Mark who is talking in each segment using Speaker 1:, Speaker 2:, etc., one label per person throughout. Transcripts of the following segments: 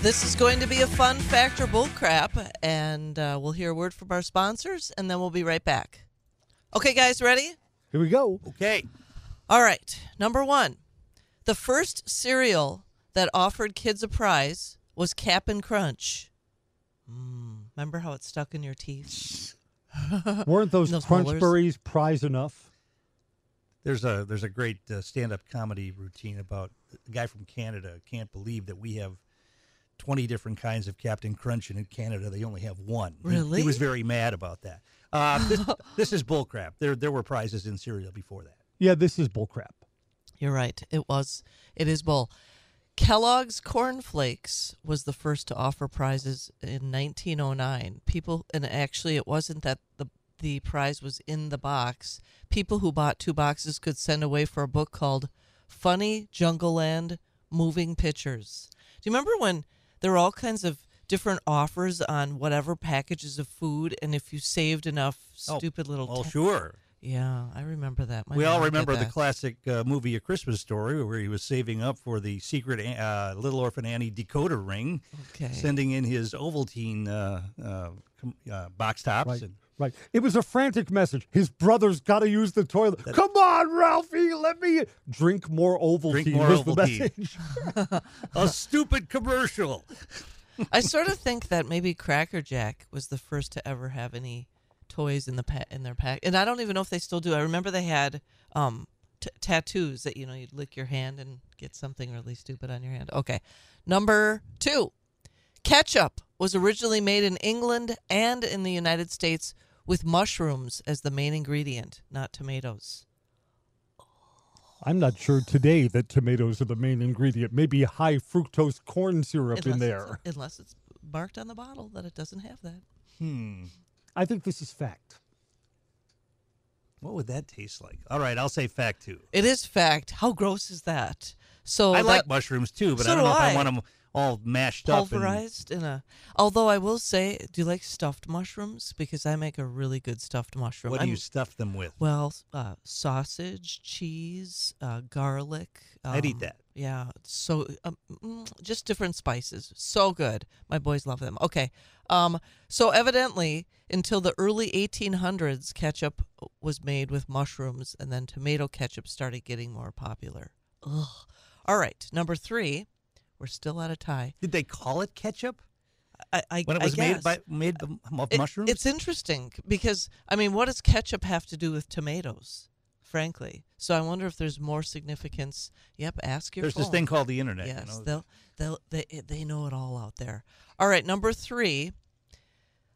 Speaker 1: This is going to be a fun factor bullcrap, and uh, we'll hear a word from our sponsors, and then we'll be right back. Okay, guys, ready?
Speaker 2: Here we go.
Speaker 3: Okay.
Speaker 1: All right. Number one, the first cereal that offered kids a prize was Cap'n Crunch. Mm, remember how it stuck in your teeth?
Speaker 3: Uh,
Speaker 2: Weren't those,
Speaker 1: Those
Speaker 2: crunch
Speaker 1: rollers.
Speaker 2: berries prize enough?
Speaker 3: There's a there's a great uh, stand-up comedy routine about a guy from Canada can't believe that we have 20 different kinds of Captain Crunch and in Canada they only have one. He-
Speaker 1: Really?
Speaker 3: He, was very mad about that. Uh, this, this is bullcrap. There there were prizes in cereal before that.
Speaker 2: Yeah, this is bullcrap.
Speaker 1: You're right. It was. It is bull. Kellogg's Corn Flakes was the first to offer prizes in 1909. People, and actually, it wasn't that the the prize was in the box. People who bought two boxes could send away for a book called "Funny Jungle Land Moving Pictures." Do you remember when there were all kinds of different offers on whatever packages of food, and if you saved enough
Speaker 3: Oh,
Speaker 1: stupid little,
Speaker 3: Oh,
Speaker 1: ta-
Speaker 3: sure.
Speaker 1: yeah, I remember that. My
Speaker 3: we all
Speaker 1: mom did
Speaker 3: remember the
Speaker 1: that.
Speaker 3: classic uh, movie A Christmas Story where he was saving up for the secret uh, Little Orphan Annie decoder ring,
Speaker 1: Okay.
Speaker 3: sending in his Ovaltine uh, uh, com- uh, box tops.
Speaker 2: Right.
Speaker 3: And,
Speaker 2: Right. It was a frantic message. His brother's got to use the toilet. Come on, Ralphie, let me drink more Ovaltine.
Speaker 3: Drink more
Speaker 2: was the
Speaker 3: Ovaltine.
Speaker 2: message.
Speaker 3: a stupid commercial.
Speaker 1: I sort of think that maybe Cracker Jack was the first to ever have any toys in the pa- in their pack, and I don't even know if they still do. I remember they had um, t- tattoos that you know you'd lick your hand and get something really stupid on your hand. Okay, number two, ketchup was originally made in England and in the United States with mushrooms as the main ingredient, not tomatoes.
Speaker 2: I'm not sure today that tomatoes are the main ingredient. Maybe high fructose corn syrup in
Speaker 1: Unless it's-
Speaker 2: there.
Speaker 1: unless it's marked on the bottle that it doesn't have that.
Speaker 2: I think this is fact.
Speaker 3: What would that taste like? All right, I'll say fact two.
Speaker 1: It is fact. How gross is that? So
Speaker 3: I
Speaker 1: Oh, that-
Speaker 3: like mushrooms too, but
Speaker 1: So
Speaker 3: I don't
Speaker 1: do
Speaker 3: know if
Speaker 1: I.
Speaker 3: I want them all mashed up. and-
Speaker 1: pulverized in a. Although I will say, do you like stuffed mushrooms? Because I make a really good stuffed mushroom.
Speaker 3: what do you
Speaker 1: I'm-
Speaker 3: stuff them with?
Speaker 1: Well, s- uh, sausage, cheese, uh, garlic. um,
Speaker 3: I'd eat that.
Speaker 1: Yeah, it's so um, mm, just different spices. So good. My boys love them. Okay. Um, so evidently, until the early 1800s, ketchup was made with mushrooms, and then tomato ketchup started getting more popular. Ugh. All right, number three. We're still at a tie.
Speaker 3: Did they call it ketchup
Speaker 1: I, I
Speaker 3: when it
Speaker 1: I
Speaker 3: was
Speaker 1: guess.
Speaker 3: made by made of of
Speaker 1: It-
Speaker 3: mushrooms?
Speaker 1: It's interesting because I mean, what does ketchup have to do with tomatoes? Frankly, so I wonder if there's more significance. Yep, ask your.
Speaker 3: There's this
Speaker 1: phone.
Speaker 3: thing called the internet. you
Speaker 1: Yes,
Speaker 3: know?
Speaker 1: they'll they'll they they know it all out there. All right, number three.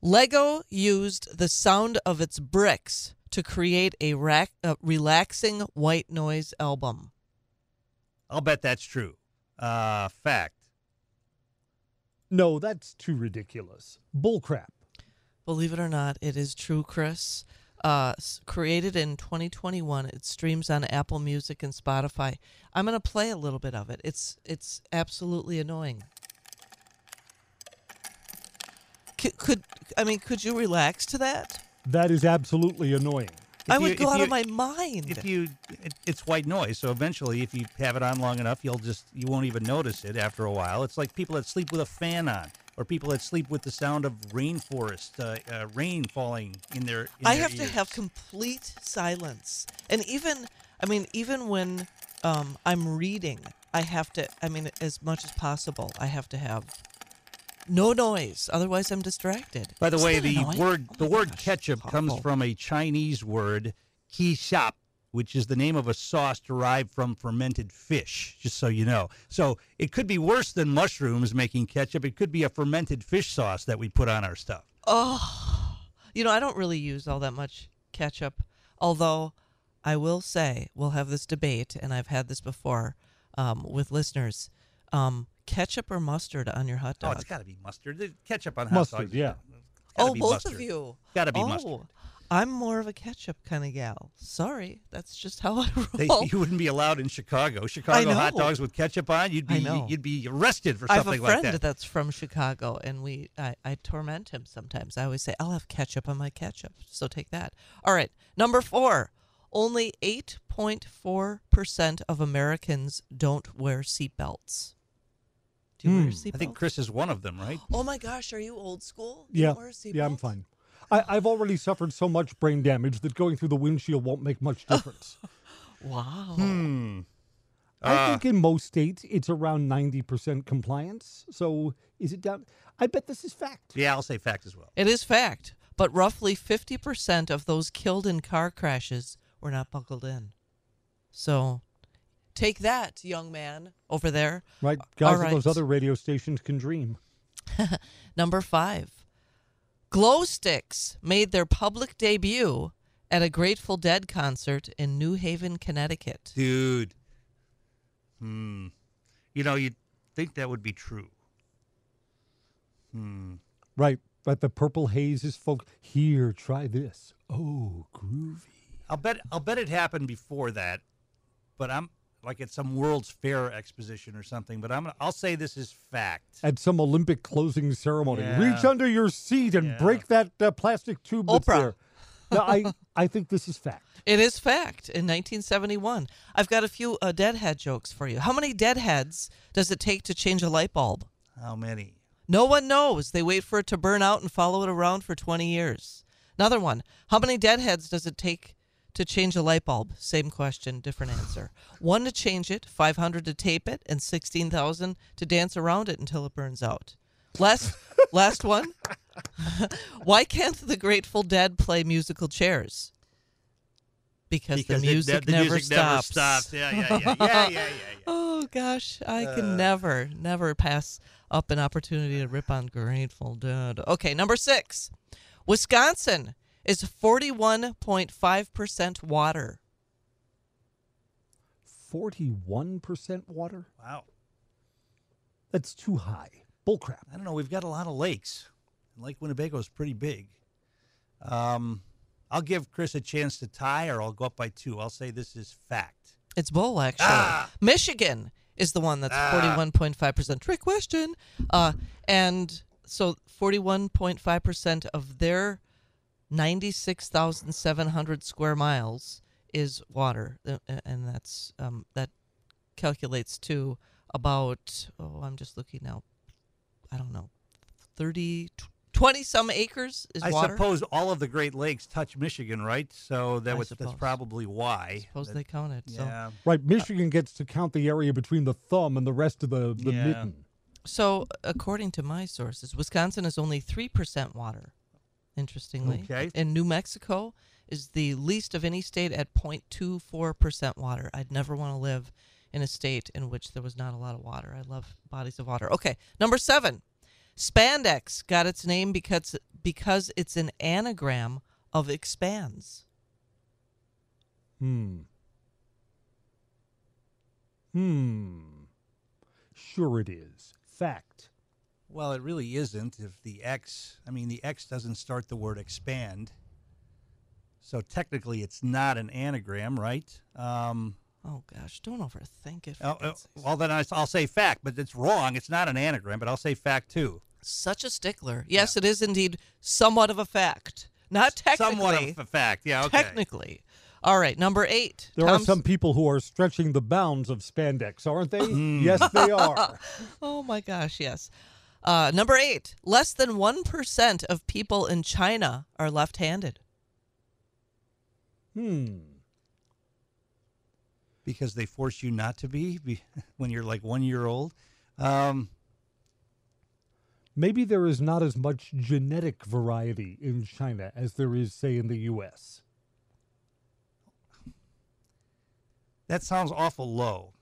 Speaker 1: Lego used the sound of its bricks to create a rac- uh, relaxing white noise album.
Speaker 3: I'll bet that's true. Uh, fact.
Speaker 2: No, that's too ridiculous. Bullcrap.
Speaker 1: Believe it or not, it is true, Chris. Uh, s- created in 2021, it streams on Apple Music and Spotify. I'm gonna play a little bit of it. It's it's absolutely annoying. C- could I mean, could you relax to that?
Speaker 2: That is absolutely annoying.
Speaker 1: I
Speaker 3: If
Speaker 1: would
Speaker 3: you-
Speaker 1: go
Speaker 3: if
Speaker 1: out of
Speaker 3: you-
Speaker 1: my mind.
Speaker 3: If you, it, it's white noise. So eventually, if you have it on long enough, you'll just you won't even notice it after a while. It's like people that sleep with a fan on, or people that sleep with the sound of rainforest uh, uh, rain falling in their. In
Speaker 1: I
Speaker 3: their
Speaker 1: have to
Speaker 3: ears.
Speaker 1: have complete silence, and even I mean, even when um, I'm reading, I have to. I mean, as much as possible, I have to have no noise. Otherwise, I'm distracted.
Speaker 3: By the
Speaker 1: Isn't
Speaker 3: way,
Speaker 1: that
Speaker 3: the
Speaker 1: annoying?
Speaker 3: word
Speaker 1: Oh
Speaker 3: the
Speaker 1: my
Speaker 3: word
Speaker 1: gosh,
Speaker 3: ketchup
Speaker 1: it's
Speaker 3: comes
Speaker 1: horrible.
Speaker 3: from a Chinese word kishap, which is the name of a sauce derived from fermented fish, just so you know. So it could be worse than mushrooms making ketchup. It could be a fermented fish sauce that we put on our stuff.
Speaker 1: Oh, you know, I don't really use all that much ketchup. Although, I will say we'll have this debate, and I've had this before um, with listeners: um, ketchup or mustard on your hot
Speaker 3: Oh,
Speaker 1: dog?
Speaker 3: it's got to be mustard. The Ketchup on hot
Speaker 2: Mustard,
Speaker 3: dogs.
Speaker 2: yeah.
Speaker 3: It's gotta
Speaker 1: Oh,
Speaker 3: be
Speaker 1: both of
Speaker 3: mustard.
Speaker 1: you.
Speaker 3: Gotta be
Speaker 1: oh,
Speaker 3: mustard.
Speaker 1: I'm more of a ketchup kind of gal. Sorry, that's just how I
Speaker 3: They,
Speaker 1: roll.
Speaker 3: you wouldn't be allowed in Chicago. Chicago hot
Speaker 1: know.
Speaker 3: dogs with ketchup on, you'd
Speaker 1: I
Speaker 3: be
Speaker 1: know.
Speaker 3: you'd be arrested for
Speaker 1: I have a
Speaker 3: something
Speaker 1: friend
Speaker 3: like that.
Speaker 1: that's from Chicago, and we I, I torment him sometimes. I always say, "I'll have ketchup on my ketchup," so take that. All right, number four. Only 8.4 percent of Americans don't wear seatbelts. Do
Speaker 2: Hmm.
Speaker 1: you wear a seatbelt?
Speaker 3: I think Chris is one of them, right?
Speaker 1: Oh my gosh, are you old school? You
Speaker 2: Yeah.
Speaker 1: don't wear a
Speaker 2: Yeah, I'm
Speaker 1: seatbelt?
Speaker 2: fine. I, I've already suffered so much brain damage that going through the windshield won't make much
Speaker 1: Oh.
Speaker 2: difference.
Speaker 1: Wow.
Speaker 3: Hmm.
Speaker 1: Ah.
Speaker 2: I think in most states it's around 90% compliance. So is it down? I bet this is fact.
Speaker 3: Yeah, I'll say fact as well.
Speaker 1: It is fact, but roughly 50% of those killed in car crashes were not buckled in. So take that, young man over there.
Speaker 2: Right? Guys
Speaker 1: right.
Speaker 2: at those other radio stations can dream.
Speaker 1: Number five Glow Sticks made their public debut at a Grateful Dead concert in New Haven, Connecticut.
Speaker 3: Dude. Hmm. You know, you'd think that would be true.
Speaker 2: Right. But the purple haze is folk. Here, try this. Oh, groovy.
Speaker 3: I'll bet I'll bet it happened before that, but I'm like at some World's Fair exposition or something, but I'm I'll say this is fact.
Speaker 2: At some Olympic closing ceremony,
Speaker 3: Yeah.
Speaker 2: reach under your seat and
Speaker 3: Yeah.
Speaker 2: break that uh, plastic tube that's
Speaker 1: Oprah.
Speaker 2: there. No, I, I think this is fact.
Speaker 1: It is fact in 1971. I've got a few uh, deadhead jokes for you. How many deadheads does it take to change a light bulb?
Speaker 3: How many?
Speaker 1: No one knows. They wait for it to burn out and follow it around for 20 years. Another one. How many deadheads does it take to change a light bulb? Same question, different answer. One to change it, 500 to tape it, and 16,000 to dance around it until it burns out. Last, last one. Why can't the Grateful Dead play musical chairs? Because, the
Speaker 3: it-
Speaker 1: music,
Speaker 3: the
Speaker 1: never,
Speaker 3: music
Speaker 1: stops.
Speaker 3: never stops. Yeah, yeah, yeah, yeah, yeah, yeah. yeah. Uh.
Speaker 1: Oh gosh, I can never, never pass up an opportunity to rip on Grateful Dead. Okay, number six, Wisconsin is forty-one point five percent water.
Speaker 2: 41% water?
Speaker 3: Wow.
Speaker 2: That's too high. Bullcrap.
Speaker 3: I don't know. We've got a lot of lakes. Lake Winnebago is pretty big. Um, I'll give Chris a chance to tie, or I'll go up by two. I'll say this is fact.
Speaker 1: It's bull actually.
Speaker 3: Ah!
Speaker 1: Michigan is the one that's
Speaker 3: Ah!
Speaker 1: forty-one point five percent. Trick question. Uh, and so forty-one point five percent of their ninety-six thousand seven hundred square miles is water, Uh, uh, and that's um, that calculates to about oh, I'm just looking now. I don't know, 30, 20 some acres is
Speaker 3: I
Speaker 1: water.
Speaker 3: suppose all of the Great Lakes touch Michigan, right? So that
Speaker 1: I
Speaker 3: was, that's
Speaker 1: suppose.
Speaker 3: probably why.
Speaker 1: suppose
Speaker 3: That-
Speaker 1: they count it. So.
Speaker 3: yeah.
Speaker 2: Right, Michigan gets to count the area between the thumb and the rest of the, the
Speaker 3: Yeah.
Speaker 2: mitten.
Speaker 1: So, according to my sources, Wisconsin is only 3% water, interestingly.
Speaker 3: Okay.
Speaker 1: And New Mexico is the least of any state at 0.24% water. I'd never want to live in a state in which there was not a lot of water. I love bodies of water. Okay, number seven. Spandex got its name because because it's an anagram of expands.
Speaker 2: Hmm. Hmm. Sure it is. Fact.
Speaker 3: Well, it really isn't. If the X, I mean, the X doesn't start the word expand. So technically, it's not an anagram, right? Um,
Speaker 1: Oh gosh, don't overthink it. for
Speaker 3: oh, oh,
Speaker 1: God's sakes.
Speaker 3: well, then I, will say fact, but it's wrong. It's not an anagram, but I'll say fact too.
Speaker 1: Such a stickler. Yes, it is indeed somewhat of a fact. Not technically.
Speaker 3: Somewhat of a fact. Yeah, okay.
Speaker 1: Technically. All right, number eight.
Speaker 2: There
Speaker 1: Tom's-
Speaker 2: are some people who are stretching the bounds of spandex, aren't they? yes, they are.
Speaker 1: Oh my gosh, yes. Uh, number eight. Less than one percent of people in China are left-handed.
Speaker 2: Hmm.
Speaker 3: Because they force you not to be, be when you're like one year old. Um,
Speaker 2: Maybe there is not as much genetic variety in China as there is, say, in the U.S.
Speaker 3: that sounds awful low.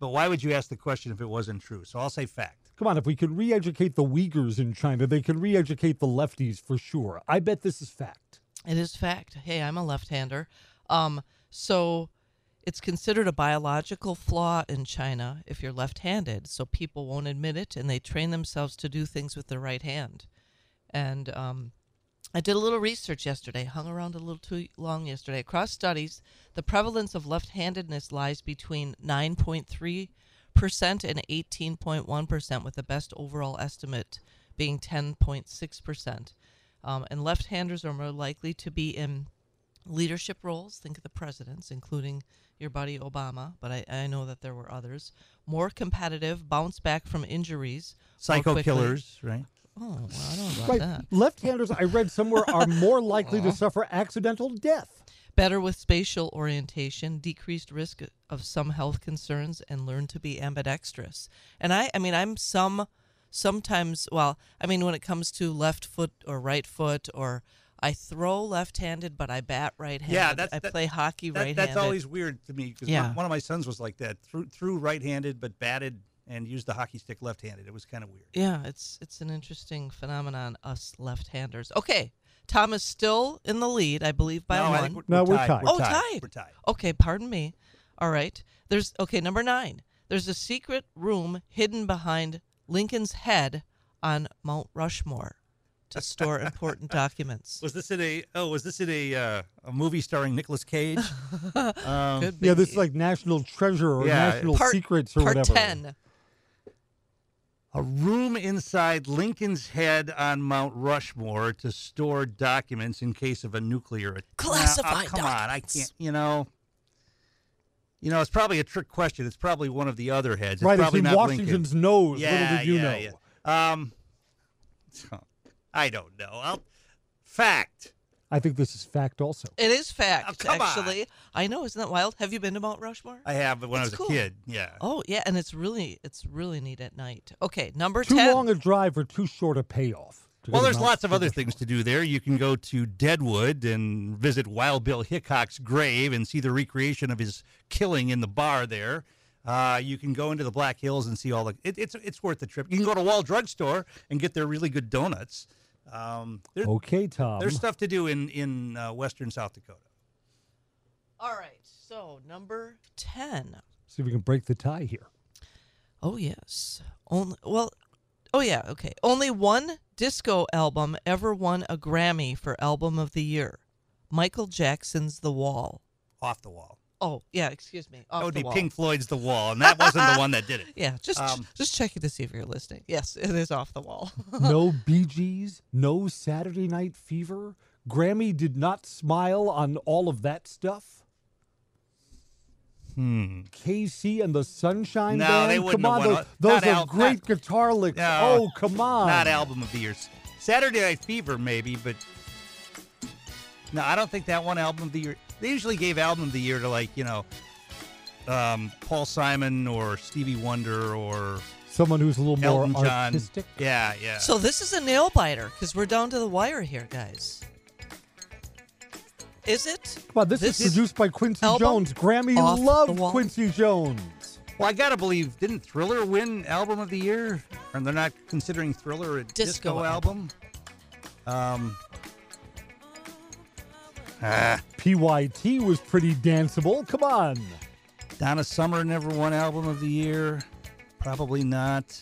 Speaker 3: But why would you ask the question if it wasn't true? So I'll say fact.
Speaker 2: Come on, if we can re educate the Uyghurs in China, they can re educate the lefties for sure. I bet this is fact.
Speaker 1: It is fact. Hey, I'm a left-hander. Um, so it's considered a biological flaw in China if you're left-handed. So people won't admit it, and they train themselves to do things with their right hand. And um, I did a little research yesterday. Hung around a little too long yesterday. Across studies, the prevalence of left-handedness lies between 9.3 percent and 18.1 percent, with the best overall estimate being 10.6 percent. Um, and left-handers are more likely to be in leadership roles, think of the presidents, including your buddy Obama, but I, I know that there were others. More competitive, bounce back from injuries. more
Speaker 3: Psycho
Speaker 1: quickly.
Speaker 3: killers, right?
Speaker 1: Oh, well, I don't know about
Speaker 2: Right.
Speaker 1: that.
Speaker 2: Left-handers, I read somewhere, are more likely to suffer accidental death.
Speaker 1: Better with spatial orientation, decreased risk of some health concerns, and learn to be ambidextrous. And I, I mean, I'm some, sometimes, well, I mean, when it comes to left foot or right foot, or I throw left handed, but I bat right handed.
Speaker 3: Yeah, that's-
Speaker 1: I
Speaker 3: that-
Speaker 1: play hockey
Speaker 3: That-
Speaker 1: right handed.
Speaker 3: that's always weird to me because
Speaker 1: Yeah.
Speaker 3: one of my sons was like that, threw, threw right-handed but batted and used the hockey stick left-handed. It was kind of weird.
Speaker 1: Yeah, it's it's an interesting phenomenon, us left-handers. Okay, Tom is still in the lead, I believe, by
Speaker 3: no, I
Speaker 1: one.
Speaker 3: think we're,
Speaker 2: No, we're tied.
Speaker 3: tied.
Speaker 1: Oh, tied.
Speaker 3: We're tied.
Speaker 1: okay, pardon me. All right, there's okay number nine. There's a secret room hidden behind Lincoln's head on Mount Rushmore to store important documents.
Speaker 3: Was this in a? Oh, was this in a uh, a movie starring Nicolas Cage? um,
Speaker 1: Could
Speaker 2: Yeah, this
Speaker 1: be.
Speaker 2: is like national treasure or
Speaker 3: Yeah,
Speaker 2: national
Speaker 1: part,
Speaker 2: secrets or
Speaker 1: part
Speaker 2: whatever.
Speaker 1: ten.
Speaker 3: A room inside Lincoln's head on Mount Rushmore to store documents in case of a nuclear attack. oh,
Speaker 1: Classified
Speaker 3: come on, I
Speaker 1: documents.
Speaker 3: can't. You know. You know, it's probably a trick question. It's probably one of the other heads. It's
Speaker 2: Right, it's
Speaker 3: probably
Speaker 2: in
Speaker 3: not
Speaker 2: Washington's nose.
Speaker 3: Lincoln. Yeah,
Speaker 2: little did you
Speaker 3: yeah,
Speaker 2: know.
Speaker 3: yeah. Um, I don't know. I'll, fact.
Speaker 2: I think this is fact also.
Speaker 1: It is fact,
Speaker 3: Oh, come on.
Speaker 1: actually. I know, isn't that wild? Have you been to Mount Rushmore?
Speaker 3: I have but when
Speaker 1: That's
Speaker 3: I was
Speaker 1: cool.
Speaker 3: a kid. Yeah.
Speaker 1: Oh yeah, and it's really it's really neat at night. Okay, number
Speaker 2: Too
Speaker 1: ten.
Speaker 2: long a drive or too short a payoff. to go
Speaker 3: Well,
Speaker 2: to
Speaker 3: there's
Speaker 2: Mount
Speaker 3: lots of other
Speaker 2: Rushmore.
Speaker 3: things to do there. You can go to Deadwood and visit Wild Bill Hickok's grave and see the recreation of his killing in the bar there. Uh, you can go into the Black Hills and see all the. It, it's it's worth the trip. You can go to Wall Drug Store and get their really good donuts. Um, there,
Speaker 2: Okay, Tom.
Speaker 3: There's stuff to do in in uh, western South Dakota.
Speaker 1: All right, so number ten.
Speaker 2: See if we can break the tie here.
Speaker 1: Oh yes, only well, oh yeah, okay. Only one disco album ever won a Grammy for album of the year. Michael Jackson's The Wall.
Speaker 3: Off the wall.
Speaker 1: Oh yeah, excuse me. Off
Speaker 3: that would
Speaker 1: the
Speaker 3: be
Speaker 1: wall.
Speaker 3: Pink Floyd's The Wall, and that wasn't the one that did it.
Speaker 1: Yeah, just
Speaker 3: Um,
Speaker 1: just checking to see if you're listening. Yes, it is off the wall.
Speaker 2: no Bee Gees, no Saturday Night Fever. Grammy did not smile on all of that stuff.
Speaker 3: Hmm.
Speaker 2: KC and the Sunshine
Speaker 3: No,
Speaker 2: Band.
Speaker 3: they wouldn't
Speaker 2: come on,
Speaker 3: have won
Speaker 2: those,
Speaker 3: all-
Speaker 2: those
Speaker 3: not
Speaker 2: are
Speaker 3: Al-
Speaker 2: great
Speaker 3: not-
Speaker 2: guitar licks.
Speaker 3: No,
Speaker 2: oh, come on.
Speaker 3: Not album of the year. Saturday Night Fever, maybe, but no, I don't think that one album of the year. They usually gave album of the year to like you know, um, Paul Simon or Stevie Wonder or
Speaker 2: Someone who's a little
Speaker 3: Elton
Speaker 2: more
Speaker 3: John.
Speaker 2: artistic.
Speaker 3: Yeah, yeah.
Speaker 1: so this is a nail biter because we're down to the wire here, guys. Is it?
Speaker 2: Come on, this,
Speaker 1: This
Speaker 2: is produced by Quincy
Speaker 1: album
Speaker 2: Jones. Grammy
Speaker 1: off the
Speaker 2: loved
Speaker 1: wall.
Speaker 2: Quincy Jones.
Speaker 3: well, I gotta believe didn't Thriller win album of the year? And they're not considering Thriller a
Speaker 1: Disco
Speaker 3: disco, album. Um. Ah,
Speaker 2: PYT was pretty danceable. Come on.
Speaker 3: Donna Summer never won album of the year. Probably not.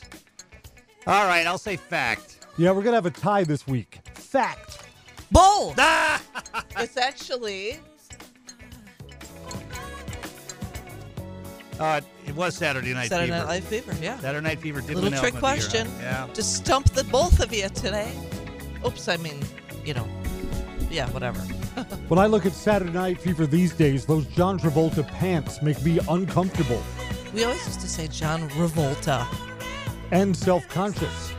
Speaker 3: All right, I'll say fact.
Speaker 2: Yeah, we're going to have a tie this week. Fact.
Speaker 1: Bull.
Speaker 3: Ah!
Speaker 1: it's actually
Speaker 3: Uh, it was Saturday Night
Speaker 1: Saturday
Speaker 3: Fever.
Speaker 1: Night Live Fever. Yeah.
Speaker 3: Saturday Night Fever did
Speaker 1: Little
Speaker 3: win
Speaker 1: trick
Speaker 3: Album of the Year,
Speaker 1: question.
Speaker 3: huh? Yeah.
Speaker 1: To stump the both of you today. Oops, I mean, you know, yeah, whatever.
Speaker 2: When I look at Saturday Night Fever these days, those John Travolta pants make me uncomfortable
Speaker 1: We always used to say John Revolta.
Speaker 2: and self conscious.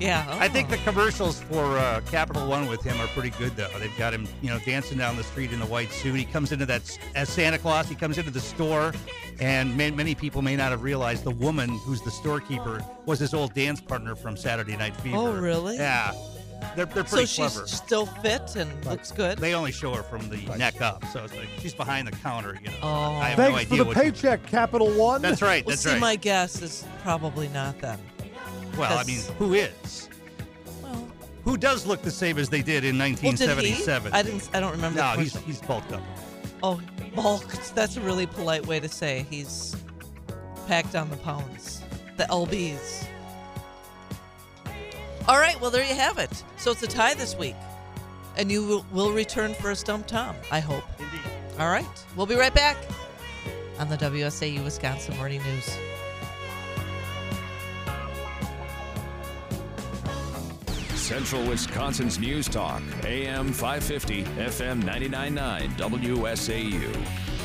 Speaker 1: Yeah.
Speaker 3: I think
Speaker 1: oh.
Speaker 3: the commercials for uh, Capital One with him are pretty good, though. They've got him, you know, dancing down the street in the white suit. He comes into that s- as Santa Claus. He comes into the store, and man, many people may not have realized the woman who's the storekeeper was his old dance partner from Saturday Night Fever.
Speaker 1: Oh, really?
Speaker 3: Yeah. They're, they're
Speaker 1: so
Speaker 3: pretty
Speaker 1: she's
Speaker 3: clever.
Speaker 1: still fit and looks good.
Speaker 3: They only show her from the neck up, so it's like she's behind the counter. You know,
Speaker 1: Oh.
Speaker 3: I have no
Speaker 2: Thanks
Speaker 3: idea
Speaker 2: for the
Speaker 3: what.
Speaker 2: paycheck, Capital One.
Speaker 3: That's right.
Speaker 1: well,
Speaker 3: That's
Speaker 1: see,
Speaker 3: right.
Speaker 1: my guess is probably not then.
Speaker 3: Well, I mean,
Speaker 1: That's-
Speaker 3: who is?
Speaker 1: Well,
Speaker 3: Who does look the same as they did in
Speaker 1: well did he?
Speaker 3: 1977?
Speaker 1: I didn't. I don't remember.
Speaker 3: No,
Speaker 1: the
Speaker 3: he's
Speaker 1: question.
Speaker 3: he's bulked up.
Speaker 1: oh bulked. That's a really polite way to say he's packed on the pounds, the lbs. All right, well there you have it. So it's a tie this week, and you will, will return for a stump tom. I hope.
Speaker 3: Indeed.
Speaker 1: All right, we'll be right back on the WSAU Wisconsin Morning News.
Speaker 4: Central Wisconsin's News Talk, AM 550, FM 999, WSAU.